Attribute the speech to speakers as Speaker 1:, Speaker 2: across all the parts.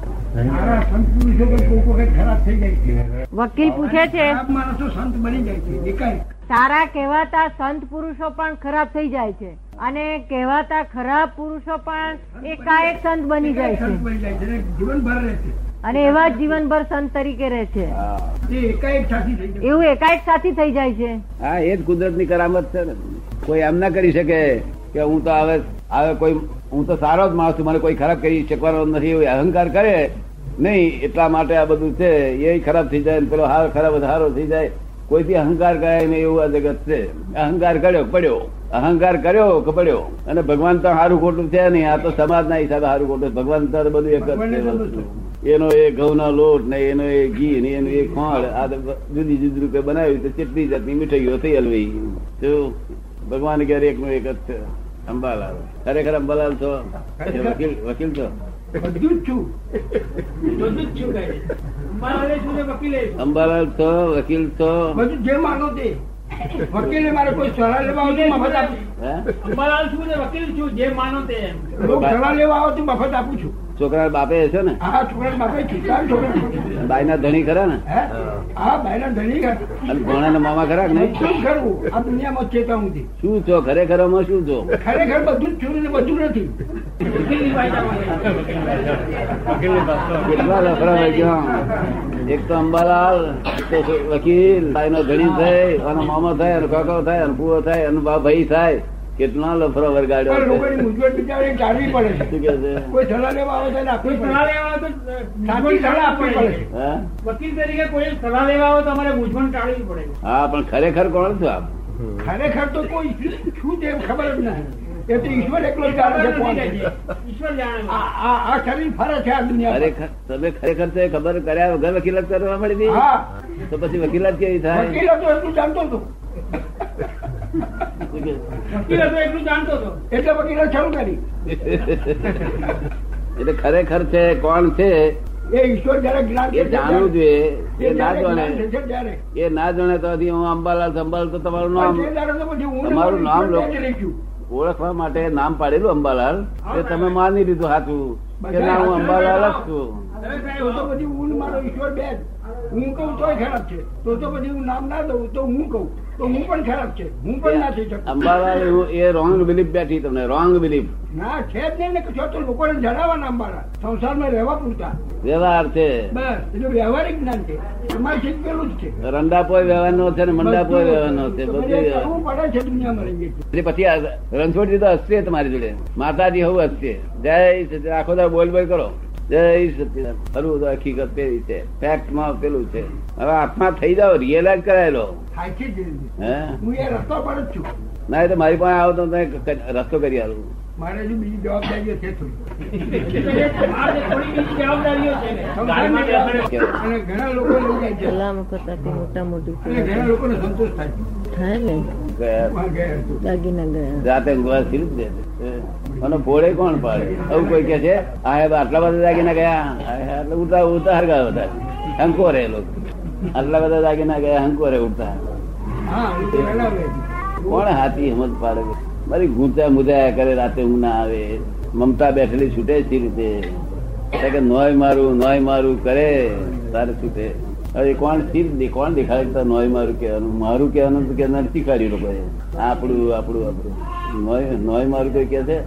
Speaker 1: મારા સંત પુરુષો પણ કોક વખત ખરાબ થઈ જાય છે
Speaker 2: વકીલ પૂછે છે
Speaker 1: ખરાબ માણસો સંત બની જાય છે દેખાય
Speaker 2: સારા કહેવાતા સંત પુરુષો પણ ખરાબ થઈ જાય છે અને કહેવાતા ખરાબ પુરુષો પણ એકાએક સંત બની જાય
Speaker 1: સંત
Speaker 2: છે
Speaker 1: બની જાય છે અને જીવનભર રહે છે
Speaker 2: અને એવા જ જીવનભર સંત તરીકે રહે છે
Speaker 1: તે એકાએક સાથી થઈ જાય
Speaker 2: એવું એકાએક સાથી થઈ જાય છે
Speaker 3: હા એ જ કુદરત ની કરામત છે ને કોઈ એમ ના કરી શકે કે હું તો હવે હવે કોઈ હું તો સારો જ માણસ છું મને કોઈ ખરાબ કરી શકવાનો નથી એવો અહંકાર કરે નહીં એટલા માટે આ બધું છે એ ખરાબ થઈ જાય ને પેલો હાર ખરાબ હારો થઈ જાય કોઈથી અહંકાર કરાય નહીં એવું આ જગત છે અહંકાર કર્યો પડ્યો અહંકાર કર્યો કે પડ્યો અને ભગવાન તો સારું ખોટું છે નહીં આ તો સમાજના હિસાબે સારું ખોટું છે. ભગવાન તો બધું એક જ
Speaker 1: ભગવાનને
Speaker 3: છે
Speaker 1: તો
Speaker 3: વસ્તુ.
Speaker 1: બધું.
Speaker 3: એનો એ ઘઉંનો લોટ ને એનો એ ઘી ને એનું એ ખોળ આ તો જુદી જુદી રૂપે બનાવ્યું તો કેટલી જાતની મીઠાઈઓ થઈ હલવી તો ભગવાન ક્યારે એકનું એક જ છે અંબાલાલ ખરેખર અંબાલાલ છો એ વકીલ વકીલ છો
Speaker 1: બધું જ છું બધું જ છું કાંઈ. અંબાલાલે છું ને વકીલે છું.
Speaker 3: અંબાલાલ છો વકીલ છો
Speaker 1: બધું જે માગો તે વકીલે મારે કોઈ સલાહ લેવા આવે તો મફત આપું છું.
Speaker 3: હે
Speaker 4: અંબાલાલ છું ને વકીલ છું જે માનો તે એમ
Speaker 1: લોક સલાહ લેવા આવે તો મફત આપું છું
Speaker 3: છોકરા બાપે હશે ને
Speaker 1: આ છોકરા બાપા છૂટા છોકરા હે
Speaker 3: બાયના ધણી ખરા ને
Speaker 1: આ ભાઈના ધણી ઘર.
Speaker 3: અને ભોણાના મામા ખરા કે નહીં
Speaker 1: બધું જ ખરું આ દુનિયામાં ચેતવણીથી.
Speaker 3: શું છો ખરેખર આમાં શું છો
Speaker 1: ખરેખર બધું જ છું ને બધું નથી
Speaker 4: વકીલની વાયદામાં
Speaker 3: કેટલા લફરા થઈ ગયા એક તો અંબાલાલ તો વકીલ એનો ધણી થાય એનો મામો થાય એનો કાકો થાય એનો ફુવો થાય એનો બા ભાઈ થાય કેટલા લફરા
Speaker 1: પણ
Speaker 3: વરગાડ્યો
Speaker 1: લોકોની મૂંઝવણ બિચારીને ટાળવી પડે છે
Speaker 3: શું કે છે
Speaker 1: કોઈ સલાહ લેવા આવે તો એને આપવી
Speaker 4: કોઈ સલાહ
Speaker 1: પડે.
Speaker 4: લેવા આવે તો
Speaker 1: સાચી સલાહ આપવી પડે છે.
Speaker 3: હા?
Speaker 4: વકીલ તરીકે કોઈ સલાહ લેવા આવે તો અમારે મૂંઝવણ ટાળવી પડે
Speaker 3: હા પણ ખરેખર કોણ છો આપ
Speaker 1: ખરેખર તો કોઈ શું- શું છે એમ ખબર જ નથી એ તો ઈશ્વર એકલો જ જાણે છે કોણ છે.
Speaker 4: ઈશ્વર જાણે
Speaker 1: આ આ- આ શરીર ફરે છે આ દુનિયામાં
Speaker 3: ખરેખર તમે ખરેખર તો એ ખબર કર્યા વગર વકીલાત કરવા મળી
Speaker 1: હા
Speaker 3: હતી તો પછી વકીલાત કેવી થાય
Speaker 1: વકીલ હતો એટલું જાણતો હતો
Speaker 3: શું કે?
Speaker 4: વકીલ હતો એટલું જાણતો હતો
Speaker 1: એટલે વકીલે શરૂ કરી
Speaker 3: એટલે ખરેખર છે કોણ છે
Speaker 1: એ ઈશ્વર જયારે જ્ઞાન
Speaker 3: એ
Speaker 1: થશે
Speaker 3: જાણવું
Speaker 1: ત્યારે-
Speaker 3: જોઈએ
Speaker 1: એ
Speaker 3: એ ના
Speaker 1: જ્યારે
Speaker 3: જાણે
Speaker 1: જ્ઞાન થશે ત્યારે.
Speaker 3: એ ના જાણે તો હજી હું અંબાલાલ સંભાલ તો તમારું નામ
Speaker 1: પણ જે દાડો તો પછી હું ને
Speaker 3: તમારું
Speaker 1: મારું ઈશ્વર
Speaker 3: નામ લો-
Speaker 1: ત્યાં જ રહીશું.
Speaker 3: ઓળખવા માટે નામ પાડેલું અંબાલાલ તે તમે માની લીધું હાચું કે ના હું અંબાલાલ જ છું
Speaker 4: હવે
Speaker 1: તો તો
Speaker 4: સાહેબ
Speaker 1: પછી હું ને મારો ઈશ્વર બે જ. હું કહું તોય ખરાબ છે તો તો પછી હું નામ ના દઉં તો હું કહું તો હું પણ ખરાબ છે હું પણ ના થઈ શકું
Speaker 3: અંબાલાલ એવું એ રોંગ બિલીફ બેઠી તમને રોંગ બિલીફ
Speaker 1: ના છે જ નહીં ને કશો તો લોકોને જણાવવાના અમારા સંસારમાં રહેવા પૂરતા
Speaker 3: વ્યવહાર છે
Speaker 1: બસ એટલે વ્યવહારિક જ્ઞાન છે તમારે શીખ પેલું જ છે
Speaker 3: રંડાપોય વ્યવહારનો છે ને મંડાપોય વ્યવહારનો છે
Speaker 1: તમારે
Speaker 3: બધું વ્યવહાર.
Speaker 1: કરવું પડે છે દુનિયામાં રહીએ છીએ.
Speaker 3: એટલે પછી આ રણછોડજી તો હસશે તમારી જોડે માતાજી હોવું હસશે જય સચિદાન આખો દાડો બોલ બોલ કરો જય સચિદાન ખરું તો હકીકત પેલી છે ફેક્ટમાં પેલું છે હવે આત્મા થઈ જાવ રિયલાઇઝ કરાયેલો
Speaker 1: થાય છે જ એ.
Speaker 3: હે
Speaker 1: હું એ રસ્તા પર જ છું
Speaker 3: ના એ તો મારી પાસે આવો તો તને ક- રસ્તો કરી આવું
Speaker 1: મારે હજુ બીજી જવાબદારીઓ છે થોડી
Speaker 4: આજે થોડી બીજી જવાબદારીઓ છે ને.
Speaker 1: સંસારની જવાબદારી. અને ઘણા લોકો લઈ જાય છે
Speaker 5: સલામ કરતા તે મોટા મોટું
Speaker 1: અને ઘણા લોકોને સંતોષ થાય છે
Speaker 5: થાય ને
Speaker 3: ગયા
Speaker 1: હું આ ગયા હતો.
Speaker 5: દાગીના ગયા
Speaker 3: રાતે ઊંઘવા સ્થિર જ દે અને ભોળે કોણ પાડે આવું કોઈ કે છે આ હે આટલા બધા દાગીના ગયા આ હે આટલા ઉડતા ઉડતા હરગા બધા હંકો રે લોકો આટલા બધા દાગીના ગયા હંકો રે ઉડતા
Speaker 1: હા હું તો વહેલા વહેલો.
Speaker 3: કોણ હાથી હિંમત પાડે મારી ગુંચા મુજાયા કરે રાતે ઊંઘ ના આવે મમતા બેઠેલી છૂટે છે રીતે કહે કે નોય મારું નોય મારું કરે તારે છૂટે હવે કોણ સ્થિર દે કોણ દેખાડે કે તારે નોય મારું કહેવાનું મારું કહેવાનું તો કે ના શીખવાડ્યું લોકોએ આપણું આપણું આપણું નોય નોય મારું કોઈ કહે છે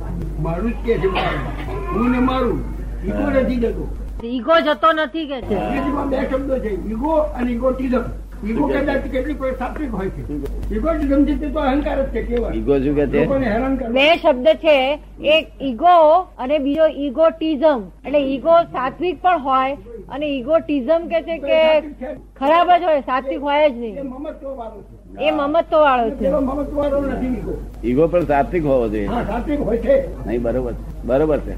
Speaker 1: મારું જ કે છે મારું. હું ને મારું ઈગો નથી જતો
Speaker 2: ઈગો જતો નથી કે છે
Speaker 1: અંગ્રેજીમાં બે શબ્દો છે ઈગો અને ઇગોટિઝમ ઈગો કદાચ કેટલીક વાર સાત્વિક હોય છે ઇગોટિઝમ છે તે તો અહંકાર જ છે કેવાય
Speaker 3: ઈગો શું કે છે
Speaker 1: લોકોને હેરાન કરવા
Speaker 2: બે શબ્દ છે એક ઈગો અને બીજો ઈગોટિઝમ એટલે ઈગો સાત્વિક પણ હોય અને ઈગોટિઝમ કે છે કે ખરાબ જ હોય સાત્વિક હોય જ
Speaker 1: એ
Speaker 2: નહીં
Speaker 1: મમત્વ વાળો છે
Speaker 2: એ મમત્વ વાળો છે
Speaker 1: પેલો મમત્વ વાળો નથી ઈગો
Speaker 3: ઈગો પણ સાત્વિક હોવો જોઈએ
Speaker 1: હા સાત્વિક હોય છે
Speaker 3: નહીં બરોબર છે. બરોબર છે